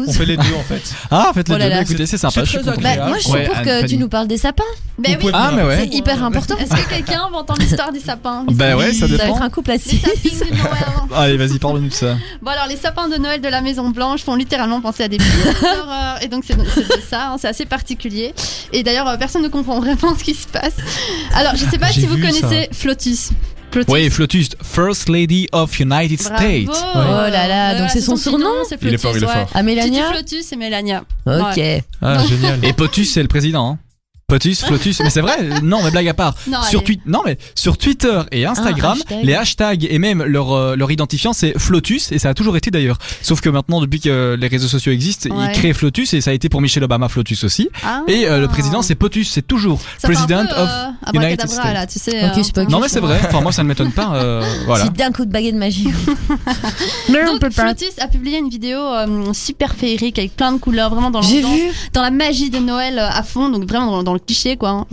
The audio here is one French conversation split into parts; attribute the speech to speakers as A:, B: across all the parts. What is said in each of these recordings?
A: On fait les deux en fait.
B: Ah, faites les
C: Oh là
B: deux.
C: là,
B: écoutez, c'est sympa.
A: c'est
B: je suis
A: très
B: content.
A: agréable.
D: Bah, moi, je suis
B: Ouais,
D: pour
B: Anne
D: que tu
B: Fanny.
D: nous parles des sapins.
A: Vous
E: Ben oui.
A: pouvez
B: Ah, mais
A: venir.
B: ouais.
D: C'est hyper important.
E: Est-ce que quelqu'un va entendre l'histoire des sapins des
B: Bah
E: sapins-
B: ouais, ça
D: Ça va
B: dépend.
D: être un couple
E: Des
D: assis.
E: sapins de Noël. hein.
B: Allez, vas-y, parle-nous de ça.
E: Bon alors les sapins de Noël de la Maison Blanche font littéralement penser à des films d'horreur et donc c'est c'est de ça, hein, c'est assez particulier. Et d'ailleurs euh, personne ne comprend vraiment ce qui se passe. Alors je sais pas
B: J'ai
E: si vous
B: vu ça.
E: connaissez Flotus. Flotus.
B: Oui, Flotus, First Lady of United
E: Bravo.
B: States.
D: Oh là là, donc c'est son surnom
E: c'est
A: Il est fort, il est
E: Flotus, ouais.
A: fort.
D: À
E: Si tu dis
D: Mélania
E: Flotus, c'est Mélania.
D: Ok.
A: Ah, génial.
B: Et Potus, c'est le président. hein. Potus, Flotus, mais c'est vrai, non, mais blague à part.
E: Non,
B: sur,
E: Oh, allez.
B: Twi- non, mais sur Twitter et Instagram,
D: hashtag.
B: les hashtags et même leur, euh, leur identifiant, c'est Flotus, et ça a toujours été d'ailleurs. Sauf que maintenant, depuis que les réseaux sociaux existent,
E: Ouais.
B: ils créent Flotus, et ça a été pour Michelle Obama Flotus aussi.
E: Ah.
B: Et euh, le président, c'est Potus, c'est toujours
E: Ça fait un
B: President
E: peu,
B: of.
E: euh, abracadabra,
B: United States.
E: là, tu sais. euh,
D: Hocus pocus.
B: Non, mais c'est vrai, enfin, moi, ça ne m'étonne pas. euh, voilà.
D: C'est d'un coup de baguette magique.
E: Donc, Flotus a publié une vidéo euh, super féerique avec plein de couleurs, vraiment dans
D: J'ai
E: l'ambiance.
D: vu.
E: dans la magie de Noël euh, à fond, donc vraiment dans, dans le cliché quoi. hein.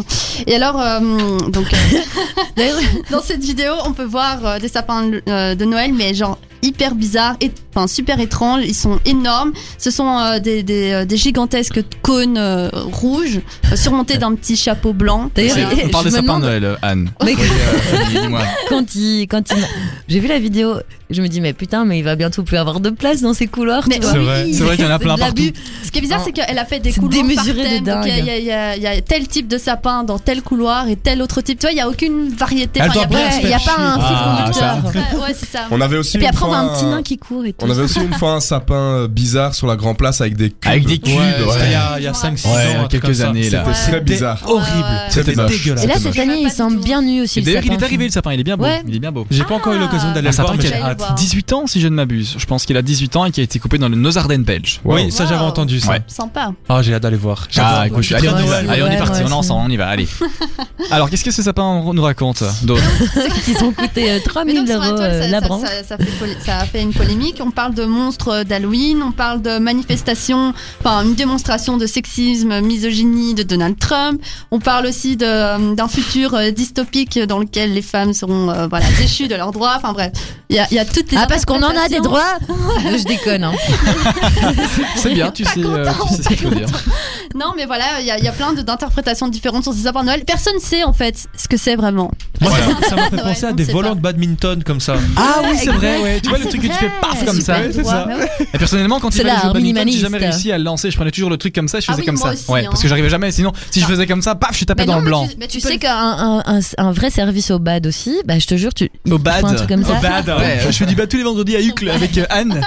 E: Et alors, euh, donc euh,
D: D'ailleurs,
E: dans cette vidéo, on peut voir euh, des sapins euh, de Noël, mais genre hyper bizarres, et, enfin super étranges. Ils sont énormes. Ce sont euh, des, des, euh, des gigantesques cônes euh, rouges euh, surmontés d'un petit chapeau blanc.
D: D'ailleurs,
B: C'est- On parle
D: je
B: des
D: me
B: sapins
D: demande-
B: de Noël, euh, Anne.
D: Mais-
B: Oui, euh, dis-moi.
D: quand il, quand il, j'ai vu la vidéo, je me dis mais putain, mais il va bientôt plus avoir de place dans ces couloirs.
E: Mais
D: tu vois.
B: C'est vrai, c'est vrai qu'il y en a
D: C'est
B: plein
D: de l'abus.
B: partout.
E: Ce qui est bizarre,
D: Non.
E: c'est qu'elle a fait des
D: C'est
E: couloirs
D: démesuré
E: par
D: de
E: thème.
D: dingue.
E: Donc, Il y, a- il y a- il y a tel type de sapin dans tel couloir et tel autre type. Tu vois, il y a aucune variété.
A: Elle
E: Enfin,
A: doit
E: il y a
A: bien
E: pas-
A: se
E: il y a,
A: faire
E: pas un
A: chier.
E: fil
B: Ah,
E: conducteur. Ouais, ouais, c'est ça.
F: On avait aussi
E: Et puis
F: une
E: après, on
F: fois
E: voit un petit nain qui court et tout.
F: On avait aussi une fois un sapin euh, bizarre sur la Grand Place avec des cubes.
B: Avec des cubes,
A: Ouais,
B: ouais.
A: c'était il y a, il y a 5-6
B: Ouais,
A: ans. un truc
B: quelques
A: comme ça.
B: années, là.
A: C'était
E: Ouais.
F: Très bizarre.
A: horrible.
E: Ouais, ouais.
F: C'était
A: C'était
F: moche.
A: dégueulasse.
D: Et là
F: c'est
D: cette
F: dommage.
D: année,
E: Pas
D: il
E: du
D: semble
E: tout.
D: bien nu aussi.
B: Et
D: le
B: d'ailleurs, il
D: sapin.
B: est arrivé le sapin, il est bien beau.
E: Ouais.
B: Il est bien beau.
A: J'ai pas encore eu l'occasion d'aller
B: Un
A: le voir,
B: sapin
A: mais
B: qui
A: j'ai
B: a-
A: hâte.
E: Ah.
B: 18 ans, si je ne m'abuse. Je pense qu'il a 18 ans et qui a été coupé dans le Nozarden belge.
F: Wow.
A: Oui, ça j'avais
E: Wow.
A: entendu ça.
B: Ouais.
E: Sympa.
A: Ah, j'ai hâte d'aller voir.
B: Ah, écoute,
A: je suis
B: allez,
A: très
B: on y va.
A: Noël.
B: Allez, on est
D: Ouais,
B: parti,
D: moi
B: on est
D: aussi.
B: ensemble, on y va, allez. Alors, qu'est-ce que ces sapins nous racontent d'autres
D: Ils ont coûté euh, 3000
E: sur la
D: euros
E: toile,
D: euh,
E: ça,
D: la
E: ça-
D: branche.
E: ça- ça fait poli- ça a fait une polémique. On parle de monstres d'Halloween, on parle de manifestations, enfin une démonstration de sexisme, misogynie de Donald Trump. On parle aussi de, euh, d'un futur euh, dystopique dans lequel les femmes seront euh, voilà, déchues de leurs droits. Enfin bref, il y a, il y a toutes les
D: Ah parce qu'on en a des
E: interprétations.
D: droits. Je déconne. hein.
B: C'est bien, tu sais, euh, tu sais ce qu'il faut dire.
E: Non, mais voilà, il y a, il y a plein de- d'interprétations différentes sur ces sapins de Noël. Personne sait en fait ce que c'est vraiment.
A: Moi, ça-
E: Voilà.
A: ça m'a fait
E: Ouais,
A: penser à
E: on
A: des
E: sait
A: volants
E: pas.
A: de badminton comme ça.
B: Ah oui, c'est
D: exact.
B: vrai, ouais. Tu
D: Ah,
B: vois le
D: c'est
B: truc que tu fais
D: vrai.
B: paf
D: C'est
B: comme ça.
E: Super droit, mais ouais.
B: Et personnellement, quand il
D: C'est
B: fallait
D: la
B: jouer au badminton, j'ai jamais
D: minimaliste.
B: réussi à le lancer. Je prenais toujours le truc comme ça, je
E: Ah
B: faisais
E: oui,
B: comme
E: moi
B: ça.
E: aussi,
B: ouais,
E: hein.
B: parce que j'arrivais jamais. Sinon, si
D: Bah.
B: je faisais comme ça, paf, je tapais
E: Mais
B: dans
E: non,
B: le
E: mais
B: blanc.
E: tu- mais
D: Tu
E: peux
D: sais
E: le-
D: qu'un un, un vrai service au bad aussi, bah je te jure, tu il
B: Au
D: faut
B: bad.
D: un truc comme ça.
B: Au bad. Ouais, je fais du bad tous les vendredis à Uccle avec euh, Anne.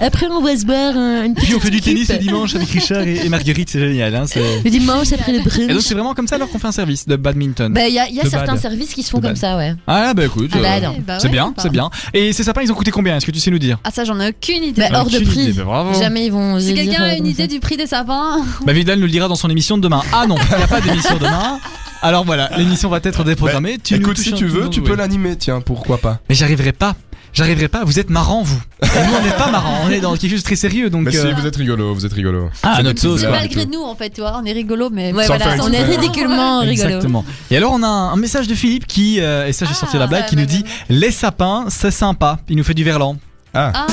D: Après on va se boire un- une petite
B: Puis on fait du tennis le
D: équipe.
B: dimanche avec Richard et, et Marguerite, c'est génial. Hein, c'est-
D: Le dimanche après le
B: Et donc
D: brunch.
B: c'est vraiment comme ça alors qu'on fait un service de badminton.
D: Bah il y a, il y a
A: Le
D: certains
A: bad.
D: services qui se font
B: Le
D: comme
B: bad.
D: ça, ouais.
B: ah bah écoute,
D: Ah bah
B: euh,
D: non.
E: Bah
B: c'est
E: ouais,
B: bien,
E: bah.
B: c'est bien. Et ces sapins, ils ont coûté combien Est-ce que tu sais nous dire
E: Ah, ça, j'en ai aucune idée.
D: Bah, hors de
B: Aucune
D: prix.
B: idée, bah, bravo.
D: Jamais ils vont.
E: si
D: dire,
E: quelqu'un
D: euh,
E: a une
D: comme
E: idée
D: ça.
E: du prix des sapins,
B: Bah Vidal nous le dira dans son émission de demain. Ah non, il n'y a pas d'émission demain. Alors voilà, l'émission va être déprogrammée. tu nous
F: Bah, Écoute,
B: touches
F: si
B: un
F: tu
B: tout
F: veux,
B: dans-
F: tu
B: oui.
F: peux l'animer, tiens, pourquoi pas.
B: Mais j'arriverai pas. J'arriverai pas. Vous êtes marrant vous. Et nous on n'est pas marrant. On est dans quelque chose de très sérieux donc.
F: Mais si,
B: euh,
F: vous êtes rigolo, vous êtes rigolo.
B: Ah notre sauce
E: c'est
B: quoi.
E: malgré nous en fait, tu vois, on est rigolo, mais.
D: Ouais,
F: Sans
D: voilà,
F: faire
D: on est
F: exprès.
D: ridiculement rigolo.
B: Ah, Exactement. Et alors on a un un message de Philippe qui euh, et ça j'ai sorti la
E: Ah,
B: blague qui
E: ouais,
B: nous dit
E: ouais,
B: les sapins c'est sympa. Il nous fait du verlan.
E: Ah,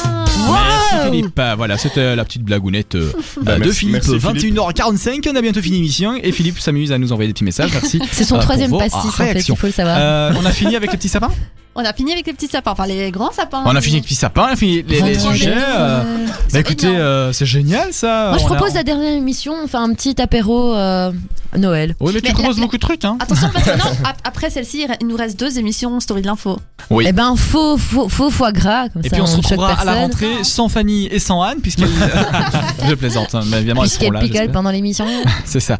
B: Merci Philippe. Ah, Voilà, c'était la petite blagounette euh, bah, de
F: Ah, merci-
B: Philippe.
F: merci, Philippe.
B: 21h45, on a bientôt fini l'émission et Philippe s'amuse à nous envoyer des petits messages. Merci.
D: C'est son
B: euh, pour
D: troisième
B: vos
D: pastis en fait,
B: réactions.
D: il faut le savoir.
B: Euh, on a fini avec les petits sapins
E: on a fini avec les petits sapins, enfin les grands sapins.
B: On a fini avec les petits sapins, on a fini les, les
D: Vendredi.
B: sujets. euh, bah écoutez,
E: énormes.
B: euh, c'est génial ça.
D: Moi je
B: On a-
D: propose la dernière émission, on fait un petit apéro euh, Noël.
B: Oui, mais tu
E: Mais
B: proposes
E: la-
B: beaucoup de trucs, hein.
E: Attention parce que non, ap- après celle-ci, il nous reste deux émissions Story de l'info.
B: Oui.
D: Eh ben faux, faux, faux foie gras comme
B: Et
D: ça.
B: puis on se
D: ne choque
B: retrouvera à la
D: personne,
B: rentrée sans Fanny et sans Anne, puisqu'elle. je plaisante, hein, mais évidemment, elles seront
D: Puisqu'elle
B: là.
D: picole
B: j'espère.
D: pendant l'émission.
B: C'est ça.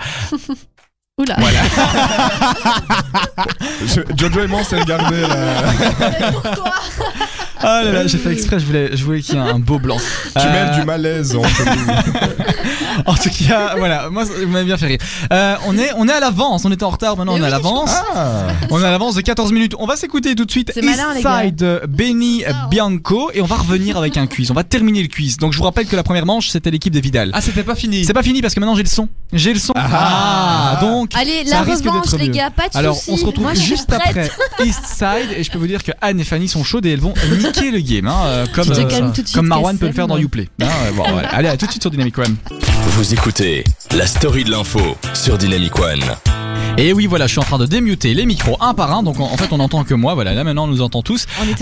E: Oula.
F: Je- Jojo et moi, on s'est regardé là.
E: Pourquoi
B: Ah là là, j'ai fait exprès, je voulais, je voulais qu'il y ait un beau blanc. Euh,
F: Tu mets du malaise entre nous.
B: En tout cas, voilà, moi, ça- vous m'avez bien fait rire. Euh, on, est, on est à l'avance, on était en retard, maintenant on est à l'avance.
F: Ah
B: On est à l'avance de 14 minutes. On va s'écouter tout de suite
D: C'est malin, les gars. hein.
B: Eastside euh, Benny Bianco et on va revenir avec un quiz. On va terminer le quiz. Donc je vous rappelle que la première manche, c'était l'équipe des Vidal.
A: Ah, c'était pas fini.
B: C'est pas fini parce que maintenant j'ai le son. J'ai le son.
F: Ah.
B: donc.
D: Allez,
B: Ça
D: la
B: risque
D: revanche
B: d'être
D: les
B: mieux.
D: gars, pas de
B: Alors,
D: soucis.
B: on se retrouve
D: Moi, je suis
B: juste
D: prête.
B: après Eastside et je peux vous dire que Anne et Fanny sont chaudes et elles vont niquer niquer le game, hein, euh, comme,
D: te
B: euh,
D: calmes tout de suite,
B: comme Marwan
D: Kassem.
B: peut le faire dans Uplay. Hein, euh, bon, ouais. Allez, à tout de suite sur Dynamic One.
C: Vous écoutez la story de l'info sur Dynamic One.
B: Et oui, voilà, je suis en train de démuter les micros un par un, donc en, en fait on n'entend que moi, voilà, là maintenant on nous entend tous.
E: On était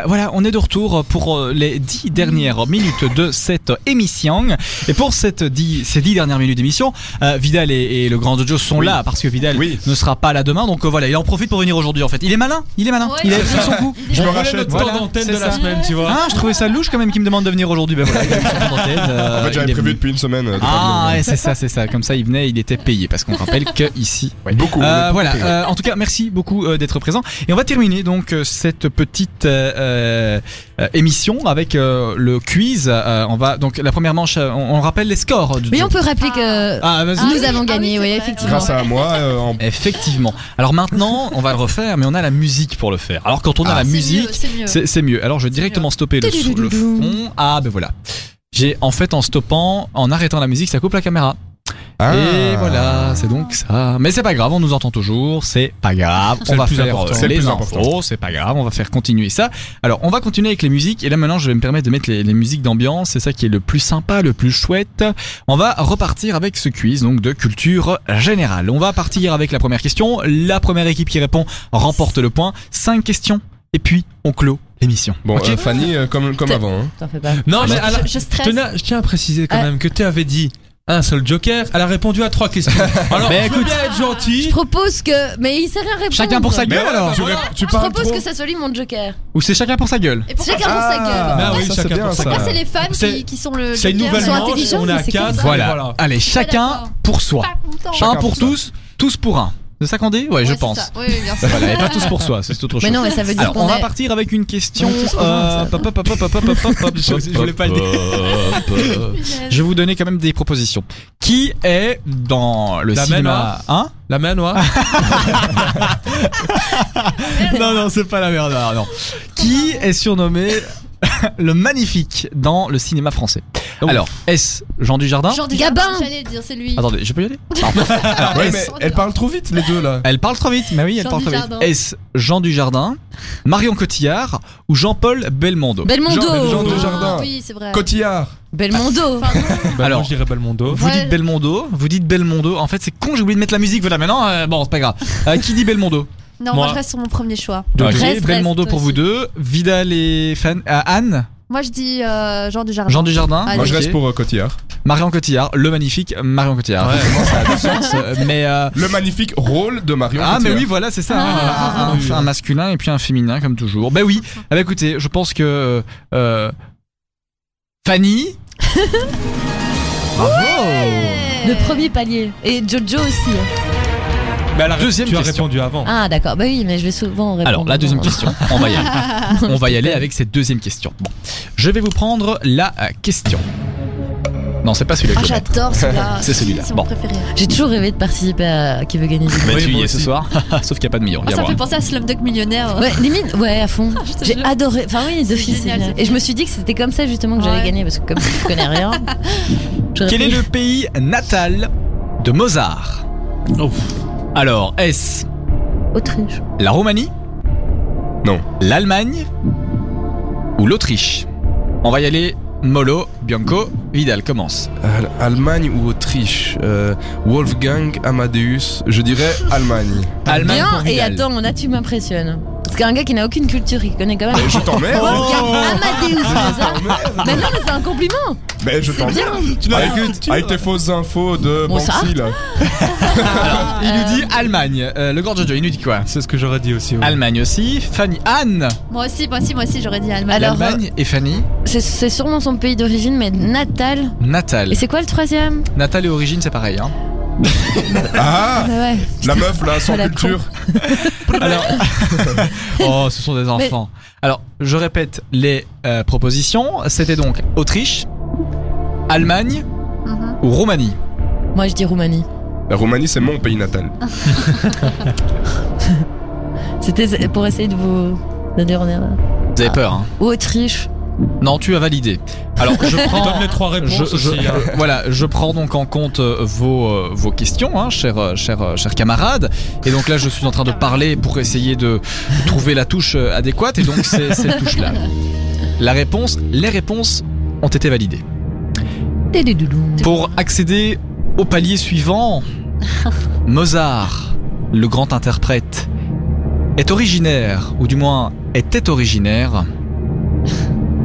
B: Euh, voilà, on est de retour pour euh, les dix dernières minutes de cette émission. Et pour cette dix- ces dix dernières minutes d'émission, euh, Vidal et, et le grand Jojo sont là parce que Vidal
F: Oui.
B: ne sera pas là demain. Donc euh, voilà, il en profite pour venir aujourd'hui en fait. Il est malin, il est malin.
E: Ouais.
B: il a pris son coup.
F: Je me
A: Voilà
F: rachète.
A: notre
B: Voilà,
A: temps d'antenne
B: c'est
A: de la
B: ça.
A: semaine, tu vois.
B: Ah, je trouvais ça louche quand même qu'il me demande de venir aujourd'hui. Ben voilà, il a eu son temps d'antenne, euh,
F: En fait,
B: il
F: j'avais
B: est
F: prévu
B: venu.
F: depuis une semaine. euh, de pas
B: Ah
F: venir.
B: ouais, c'est ça, c'est ça. Comme ça, il venait, il était payé parce qu'on rappelle que ici. ouais.
F: Beaucoup.
B: Euh,
F: beaucoup
B: voilà.
F: payé.
B: euh, en tout cas, merci beaucoup euh, d'être présent. Et on va terminer donc euh, cette petite euh, euh, émission avec euh, le quiz. Euh, on va donc la première manche. euh, on, on rappelle les scores. du
D: Mais on peut rappeler que
B: Ah vas-y.
D: nous
E: oui, ah
D: avons
E: oui,
D: gagné,
E: c'est
D: oui,
E: vrai.
D: effectivement.
F: Grâce à moi, euh, en
B: Effectivement. Alors maintenant, on va le refaire, mais on a la musique pour le faire. Alors quand on a Ah, la
E: C'est
B: musique,
E: mieux, c'est mieux.
B: c'est c'est mieux. Alors je vais directement stopper le, sou- le fond. Ah ben voilà. J'ai en fait en stoppant, en arrêtant la musique, ça coupe la caméra.
F: Ah.
B: Et voilà, c'est donc ça. Mais c'est pas grave, on nous entend toujours, c'est pas grave.
A: C'est
B: On
A: le
B: va
A: plus
B: faire
A: important.
B: euh,
F: C'est le
B: les
F: plus
B: infos,
F: important.
B: c'est pas grave, on va faire continuer ça. Alors, on va continuer avec les musiques. Et là, maintenant, je vais me permettre de mettre les, les musiques d'ambiance. C'est ça qui est le plus sympa, le plus chouette. On va repartir avec ce quiz, donc de culture générale. On va partir avec la première question. La première équipe qui répond remporte le point. Cinq questions. Et puis, on clôt l'émission.
F: Bon,
B: Ok
F: euh, Fanny, euh, comme, comme
D: T'es-
F: avant. hein.
D: T'en fais pas.
A: Non, mais
E: je,
A: à la-
E: je- je
A: je
E: stresse.
A: tenais à- je tiens à préciser quand
D: Ah.
A: même que tu avais dit un seul joker. Elle a répondu à trois questions. Alors,
B: Mais
A: je veux bien être
D: Je
A: gentil.
D: propose que. Mais il sait rien répondre.
B: Chacun pour sa
F: Mais
B: gueule
F: ouais,
B: alors
F: tu, rép-
D: Je
F: tu parles
D: propose
F: trop. Ah.
D: que ça se lit mon joker.
B: Ou c'est chacun pour sa gueule
E: Et pourquoi
D: Chacun pour sa gueule.
A: Bah oui,
F: ça,
A: chacun
F: c'est bien,
A: pour sa
F: ça.
A: gueule.
E: Pourquoi c'est les femmes
A: C'est-
E: qui, qui sont le.
A: C'est une
E: le
A: nouvelle
E: leader
D: sont
A: manche.
D: intelligents,
A: On est
D: mais
A: à
D: c'est
F: Ah,
D: comme
A: 4.
D: ça.
B: Voilà.
A: Voilà.
B: Allez, chacun
E: d'accord.
B: pour soi.
E: Pas content.
B: un
F: Chacun
B: pour
F: pour
B: tous, tous pour un. C'est ça qu'on dit Ouais, je
E: Ouais, c'est
B: pense.
E: ça. Oui, oui, bien sûr.
B: Voilà, et pas tous pour soi, c'est autre
D: Mais
B: chose.
D: non, mais ça veut dire
B: Alors, on
D: qu'on
B: va
D: est.
B: partir avec une question.
D: On est tous pour
B: euh,
D: un, ça.
B: pop, pop, pop, pop, pop, pop, pop,
A: Je- je voulais pas le
B: pop. Je vais vous donner quand même des propositions. Qui est dans le
A: La
B: cinéma
A: Manoir.
B: Hein
A: La main noire.
B: Hein Non, non, c'est pas la merde. alors, non. Qui est surnommé le magnifique dans le cinéma français
A: Ouf.
B: Alors, est-ce Jean Dujardin
E: Genre
D: Gabin.
E: J'allais le dire, c'est lui.
B: Attendez, je peux y aller
F: Ouais, mais elle parle trop vite, les deux là.
B: Elle parle trop vite, mais oui, elle
E: Jean
B: parle trop vite.
E: Dujardin.
B: Est-ce Jean Dujardin, Marion Cotillard ou Jean-Paul Belmondo
E: Ben,
F: Jean- Jean
D: Belmondo.
F: de-
E: Ah,
F: Jardin.
E: Oui, c'est vrai.
F: Cotillard.
D: Belmondo.
A: Bah,
B: Alors.
A: moi, je dirais Belmondo.
B: Vous
E: ben, Ouais.
B: dites Belmondo, vous dites Belmondo. En fait, c'est con, j'ai oublié de mettre la musique. Voilà, maintenant, euh, bon, c'est pas grave. Euh, qui dit Belmondo
E: Non,
A: Moi.
E: moi je reste sur mon premier choix.
B: Donc,
D: Reste, reste,
B: Belmondo
D: toi
B: pour vous
D: aussi.
B: deux. Vidal et Fan, euh, Anne,
E: Moi je dis euh, Jean Dujardin.
B: Jean Dujardin.
E: Ah Allez.
F: Moi, je
B: Ok.
F: reste pour euh, Cotillard.
B: Marion Cotillard, le magnifique Marion Cotillard.
A: Ouais.
B: Effectivement, ça a du sens, euh, mais. euh,
F: Le magnifique rôle de Marion
B: ah mais
F: Cotillard.
B: oui voilà c'est ça
A: Ah.
B: hein, un- un, un masculin et puis un féminin comme toujours bah oui ah bah écoutez je pense que euh, Fanny bravo
D: Le premier palier. Et Jojo aussi.
A: Bah, elle a-
B: Deuxième
A: tu as
B: question.
A: répondu avant.
D: Ah, d'accord. Bah oui, mais je vais souvent répondre.
B: Alors, la deuxième question, on va y aller. on va y aller avec cette deuxième question. Bon, je vais vous prendre la euh, question. Non, c'est pas celui-là
E: Ah,
B: que je vais mettre.
E: j'adore celui-là.
B: C'est celui-là.
E: mon
B: Bon.
E: préféré. Ah,
D: J'ai toujours rêvé de participer à Qui veut gagner du
B: Mais
A: Oui,
B: tu y
A: moi
B: es ce
A: aussi.
B: soir, sauf qu'il n'y a pas de million.
E: Ah, ça me fait penser à Slumdog Millionnaire.
D: Ouais, limite, ouais, à fond. J'ai
E: jure.
D: adoré. Enfin, oui, de filles, c'est
E: génial,
D: bien.
E: c'est
D: Et je me suis dit que c'était comme ça justement que j'allais
E: Ouais.
D: gagner, parce que comme je connais rien. j'aurais
B: Quel est
D: pu-
B: le pays natal de Mozart Alors, est-ce
D: Autriche.
B: la Roumanie
F: Non.
B: L'Allemagne Ou l'Autriche On va y aller. Molo, Bianco, Vidal commence.
F: Al- Allemagne ou Autriche euh, Wolfgang Amadeus, je dirais Allemagne.
B: Allemagne
D: Bien,
B: pour
D: et
B: Vidal.
D: attends, là tu m'impressionnes. Parce qu'un gars qui n'a aucune culture, il connaît
B: Bah,
D: quand même.
F: Mais je t'emmerde
D: Wolfgang Amadeus Mozart. Mais non, mais c'est un compliment.
F: Mais je
D: C'est
F: t'emmerde
D: bien.
F: avec, avec tes fausses infos de
D: Mozart.
F: Banksy là.
B: Il nous dit Allemagne. Euh, le grand Jojo, il nous dit quoi
A: C'est ce que j'aurais dit aussi. ouais.
B: Allemagne aussi. Fanny, Anne
E: Moi aussi, moi aussi, moi aussi, j'aurais dit Allemagne.
D: Alors, euh,
B: L'Allemagne et Fanny
D: C'est- C'est sûrement son pays d'origine, mais natal.
B: Natal.
D: Et c'est quoi le troisième
B: Natal et origine, c'est pareil. Hein.
F: Ah
D: Bah ouais.
F: La meuf là, sans
D: la con.
F: culture.
B: Alors, oh, ce sont des
D: Mais-
B: enfants. Alors, je répète les euh, propositions. C'était donc Autriche, Allemagne
E: Mhm.
B: ou Roumanie.
D: Moi je dis Roumanie.
F: La Roumanie, c'est mon pays natal.
D: C'était pour essayer de vous donner en erreur. Ah.
B: Vous avez peur. Hein.
D: Ou Autriche.
B: Non, tu as validé. Alors, je prends.
A: Donne les trois réponses
B: Je, je-
A: aussi, hein.
B: euh, voilà, je prends donc en compte euh, vos, euh, vos questions, hein, chers, euh, chers, euh, chers camarades. Et donc là, je suis en train de parler pour essayer de trouver la touche euh, adéquate. Et donc, c'est cette touche-là. La réponse, les réponses ont été validées.
D: Télédoulou.
B: Pour accéder au palier suivant, Mozart, le grand interprète, est originaire, ou du moins était originaire,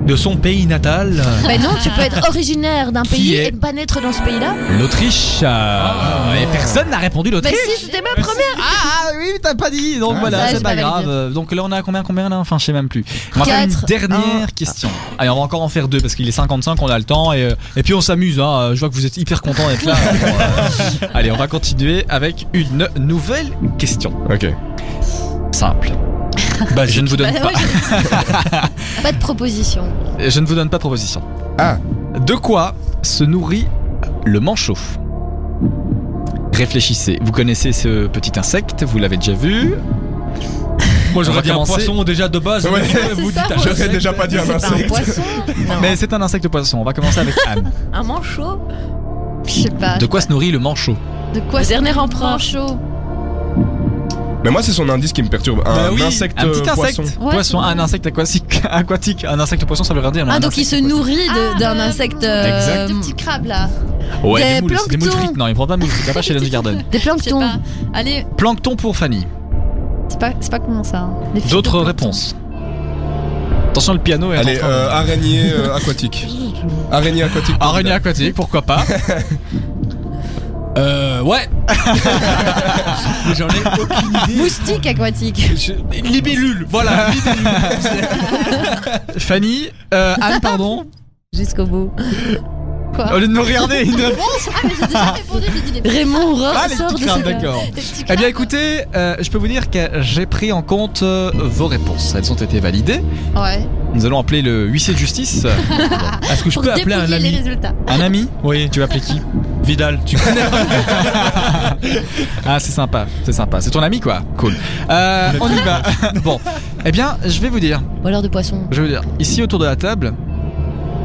A: De son pays natal.
D: Mais non, tu peux être originaire d'un
B: Qui
D: pays
B: est
D: et ne pas naître dans ce pays-là.
B: l'Autriche. Euh, Et personne n'a répondu
D: Mais
E: Bah,
B: l'Autriche.
D: Bah, si, c'était ma première.
B: Ah ah, oui, t'as pas dit, donc
F: Ah,
B: voilà,
D: ça,
B: c'est
D: j'ai
B: pas
D: pas validé.
B: grave. Euh, Donc là, on a combien, combien là Enfin, je sais même plus. On va faire une
D: Quatre,
B: dernière question. Allez, on va encore en faire deux parce qu'il est 55, on a le temps et, euh, et puis on s'amuse. hein. Je vois que vous êtes hyper contents d'être là. Alors, euh, Allez, on va continuer avec une nouvelle question.
F: Ok.
B: Simple. je ne vous donne
D: Bah,
B: pas,
D: Pas de proposition.
B: je ne vous donne pas de proposition.
F: Ah.
B: De quoi se nourrit le manchot Réfléchissez. Vous connaissez ce petit insecte, vous l'avez déjà vu.
A: Moi,
B: On va
A: j'aurais dit un
B: commencer.
A: poisson déjà de base. hein.
F: Ouais.
A: mais
D: Ah, C'est
A: vous dites
D: ça,
A: un
D: moi aussi.
A: insecte.
F: J'aurais déjà pas dit un
D: C'est pas un
F: insecte.
D: poisson. Non.
B: Mais c'est un insecte poisson. On va commencer avec Anne.
D: Un manchot.
E: Je sais
D: Ah,
E: pas.
B: De quoi se nourrit le manchot
E: De quoi
D: Le
E: c'est
D: dernier
E: un
D: empereur.
E: manchot
F: Mais moi, c'est son indice qui me perturbe. Un
B: Bah oui,
F: insecte
B: un petit
F: euh,
B: insecte
F: poisson.
E: Ouais,
B: poisson,
E: c'est
B: un insecte aquatique, aquatique, un insecte poisson, ça veut rien dire. mais
D: Ah,
B: un
D: donc il se
B: insecte
D: nourrit de-
E: Ah,
D: d'un
E: euh,
D: insecte. euh,
B: Exact.
E: Deux petits crabes là.
B: poisson. Ouais,
D: des
B: des moules, c'est des moules
D: planctons.
B: frites. Non, il prend pas de moules frites, il va pas chez Danny Garden.
D: Des
E: Je sais pas.
D: planctons.
E: Allez,
B: Plancton pour Fanny.
E: c'est pas, c'est pas comment ça. hein. Les filles de
B: D'autres
E: plancton.
B: réponses. Attention, le piano est.
F: Allez,
B: en train de-
F: euh, araignée euh, aquatique. Araignée aquatique.
B: Araignée aquatique, pourquoi pas
A: Euh, ouais. J'en ai aucune idée.
D: Moustique aquatique.
A: Je- Libellule, voilà.
B: Fanny, euh, Anne, pardon.
D: Jusqu'au bout.
B: Au lieu de nous regarder, une réponse.
E: Ah, mais j'ai déjà répondu, j'ai dit les petits
D: Raymond
B: Ah,
D: Rohr
B: les
D: sort
B: petites
D: de
B: crabes,
D: ce
B: d'accord.
E: les petits
B: Eh bien
E: crabes.
B: écoutez, euh, je peux vous dire que j'ai pris en compte euh, vos réponses. Elles ont été validées.
E: Ouais.
B: Nous allons appeler le huissier de justice.
A: Est-ce que je
E: Pour
A: peux appeler un
E: dépouiller les
A: ami
E: résultats.
B: Un ami
A: Oui.
B: Tu vas appeler qui
A: Vidal, tu connais.
B: Ah, c'est sympa, c'est sympa. C'est ton ami, quoi. Cool. Euh, on y va. bon, eh bien, je vais vous dire.
D: Ou alors de poisson.
B: Je vais vous dire. Ici, autour de la table,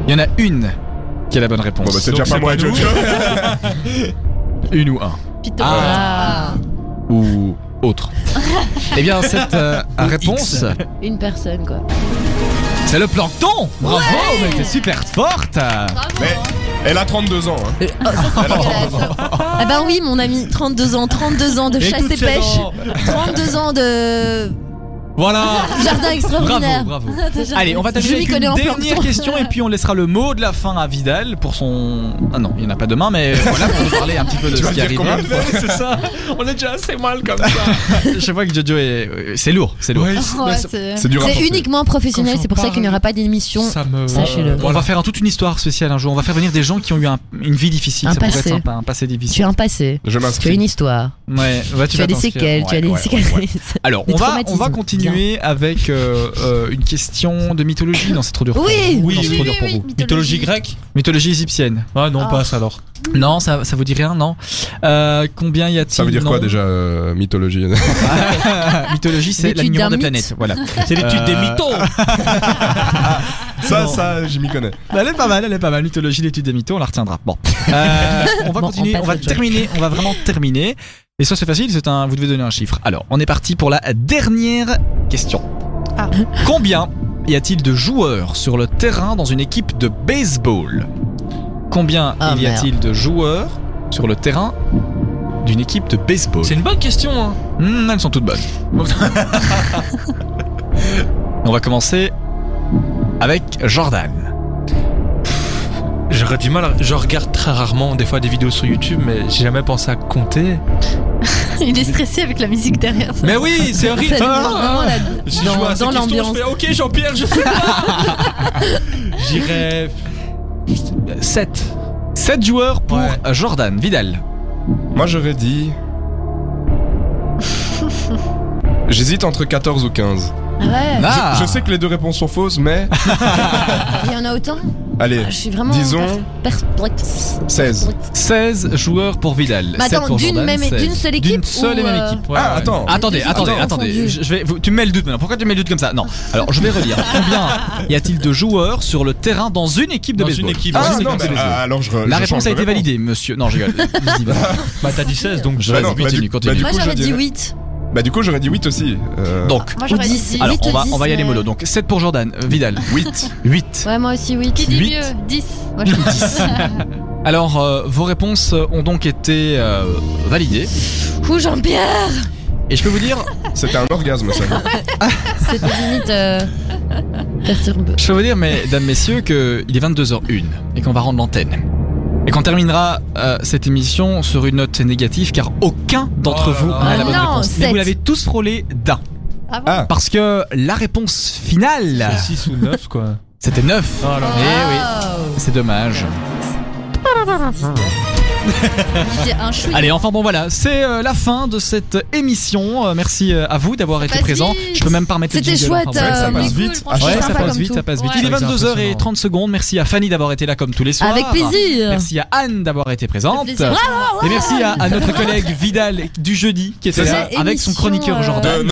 B: il y en a une qui a la bonne réponse.
F: Bon, bah, c'est
A: Donc,
F: déjà pas
A: c'est
F: moi,
A: pas nous.
F: Jojo.
B: Une ou un.
E: Python.
D: Ah.
B: Ou autre. eh bien, cette euh, réponse,
D: Une personne, quoi.
B: c'est le plancton. Bravo, mais t'es super forte.
E: Bravo.
F: Mais elle a 32 ans. hein.
E: C'est dégueulasse.
D: Ah bah oui, mon ami, 32 ans, 32 ans de
A: Et
D: chasse
A: toutes
D: et
A: ces
D: pêche,
A: dents.
D: 32 ans de
B: Voilà.
D: jardin
B: Bravo,
D: extraordinaire.
B: bravo.
D: Déjà,
B: Allez, on va
D: je
B: terminer
D: m'y
B: avec une
D: connais en
B: dernière
D: plancton.
B: question et puis on laissera le mot de la fin à Vidal pour son. Ah non, il n'y en a pas demain, mais voilà pour nous parler un petit peu de
F: Tu
B: ce
F: vas
B: qui est
F: dire
B: arrivé.
F: combien de fois
A: C'est ça. On est déjà assez mal comme ça.
B: Je vois que Jojo est. C'est lourd, c'est
A: Ah,
B: lourd.
E: Ouais, c'est-
F: C'est dur à
D: C'est
F: porter.
D: uniquement professionnel,
A: Quand
D: c'est pour ça
A: j'en
D: qu'il n'y aura pas d'émission.
A: Ça me.
D: Sachez-le.
B: On va faire un- toute une histoire spéciale un jour. On va faire venir des gens qui ont eu un- une vie difficile.
D: Un
B: ça pourrait
D: passé.
B: être sympa, un passé
D: Tu
B: difficile.
D: as un passé,
F: Je
D: tu as une
F: m'inscris.
D: histoire,
B: Ouais, ouais,
D: tu,
B: vas
D: as des
B: t'inscrire.
D: séquelles, tu
B: Ouais,
D: as des
B: ouais,
D: cicatrices.
B: ouais. Alors,
D: Des
B: on va, on
D: traumatismes.
B: va continuer avec euh, euh, une question de mythologie. Non, c'est trop dur. pour
D: Oui.
B: vous.
A: Oui,
B: Non, c'est
A: oui,
B: trop
A: oui,
B: dur pour vous.
A: Mythologie grecque
B: Mythologie égyptienne.
A: Ah non,
D: Ah.
A: passe alors.
B: Non, ça, ça vous dit rien, non Euh, Combien y a-t-il
F: Ça veut dire quoi
B: Non.
F: déjà euh, mythologie
B: Mythologie, c'est
D: L'étude
B: l'alignement
D: d'un
B: des
D: mythe.
B: planètes. Voilà.
A: C'est l'étude des
B: Euh,
A: mythos.
F: Ça,
B: Non.
F: ça, je m'y connais.
B: Bah, Elle est pas mal, elle est pas mal. Mythologie, l'étude des mythos, on la retiendra. Bon. Euh, on va
D: Bon,
B: continuer,
D: on
B: on,
D: passe
B: va
D: au joke.
B: terminer, on va vraiment terminer. Et ça, c'est facile, c'est un, vous devez donner un chiffre. Alors, on est parti pour la dernière question.
E: Ah.
B: Combien y a-t-il de joueurs sur le terrain dans une équipe de baseball Combien
D: Ah,
B: il y a-t-il de joueurs sur le terrain d'une équipe de baseball
A: C'est une bonne question. Hein.
B: Hmm, Elles sont toutes bonnes. on va commencer avec Jordan.
A: J'aurais du mal. à- Je regarde très rarement des fois des vidéos sur YouTube, mais j'ai jamais pensé à compter.
E: Il est stressé avec la musique derrière. ça.
A: Mais oui, c'est horrible.
D: Ça nous
A: Ah,
D: met vraiment là-
A: J'ai
D: hein, dans-
A: joué à ces
D: dans
A: questions,
D: l'ambiance.
A: je fais, Ok, Jean-Pierre, je sais pas. J'irais
B: 7. 7 joueurs pour
A: Ouais.
B: Jordan Vidal.
F: Moi, j'aurais dit. J'hésite entre 14 ou 15.
D: Ouais,
B: Ah.
F: Je sais que les deux réponses sont fausses, mais
D: il y en a autant
F: Allez,
B: Ah,
D: Je suis vraiment.
F: disons
D: per- perplexe.
F: 16.
B: 16 joueurs pour Vidal.
D: Mais
B: 7
D: Bah, attends,
B: pour
D: d'une
B: Jordan,
D: même-
B: 16.
D: d'une seule équipe
B: D'une seule et
D: ou,
B: même
D: euh,
B: équipe. ouais,
F: Ah,
B: ouais.
F: attends.
B: Attendez,
D: Attends,
B: attendez,
D: attends.
B: attendez.
D: Entendu.
B: Je je vais, vous- tu me mets le doute maintenant. Pourquoi tu me mets le doute comme ça Non. Alors, je vais relire. Combien y a-t-il de joueurs sur le terrain dans une équipe de
A: Dans une
B: baseball
A: équipe,
B: Dans
A: dans
F: Ah
B: une
F: non,
B: équipe de
F: mais,
B: baseball.
F: ah, alors je,
B: La
F: je
B: réponse
F: change
B: a
F: de
B: été validée, monsieur. Non, je rigole. Vas-y, va.
A: Bah t'as dit 16 donc je...
F: Bah
B: Vas-y,
F: non, bah
B: continue,
F: du-
B: continue.
F: bah du
D: Moi
F: coup,
D: j'aurais
F: je
D: dit
F: dirais-
D: 8.
F: Bah du coup j'aurais dit 8 aussi. Euh,
B: Donc,
E: Moi
D: Ou
E: j'aurais dit
D: 10.
B: alors,
D: Huit
B: on
D: ou
B: va,
D: dix,
B: on va y aller
D: mais-
B: mollo. Donc, 7 pour Jordan. Euh, Vidal.
F: 8.
B: 8.
D: Ouais, moi aussi 8.
E: Qui dit
B: Huit.
E: mieux 10. Moi je dis 10.
B: Alors, euh, vos réponses ont donc été euh, validées.
D: Ouh, Jean-Pierre
B: Et je peux vous dire,
F: C'était un orgasme ça.
D: C'était limite. Euh... perturbant.
B: je peux vous dire, mesdames, messieurs, qu'il est 22h01 et qu'on va rendre l'antenne. Et qu'on terminera euh, cette émission sur une note négative car aucun d'entre
A: Oh là
B: vous
A: là.
B: n'a la
D: Ah
B: bonne
D: non,
B: réponse. Mais
D: sept.
B: vous l'avez tous frôlé d'un.
E: Ah bon
F: Ah.
B: Parce que la réponse finale,
A: 6 ou 9 quoi.
B: c'était 9.
A: Oh là là.
B: Eh oui, c'est dommage.
E: J'ai un chouïa.
B: Allez, enfin bon voilà, c'est euh, la fin de cette émission. Euh, merci euh, à vous d'avoir été
E: passe
B: présent.
E: vite.
B: Je peux même pas remettre le
D: C'était
B: jingle,
D: chouette.
B: enfin, voilà, ça
D: euh,
B: passe.
D: mais
F: passe
D: cool,
F: vite.
D: franchement,
B: Ouais,
D: c'est
B: ça
D: sympa
B: passe
D: comme
B: vite,
D: tout.
B: ça passe vite.
D: Ouais.
B: Il est
A: Ouais, c'est
B: 22h30 secondes. Merci à Fanny d'avoir été là comme tous les soirs.
D: Avec plaisir.
B: Merci à Anne d'avoir été présente.
E: Avec plaisir.
B: Et merci à, à notre collègue Vidal du jeudi qui était
F: C'est
B: là
D: cette
B: avec son
D: émission,
B: chroniqueur
D: euh,
B: Jordan.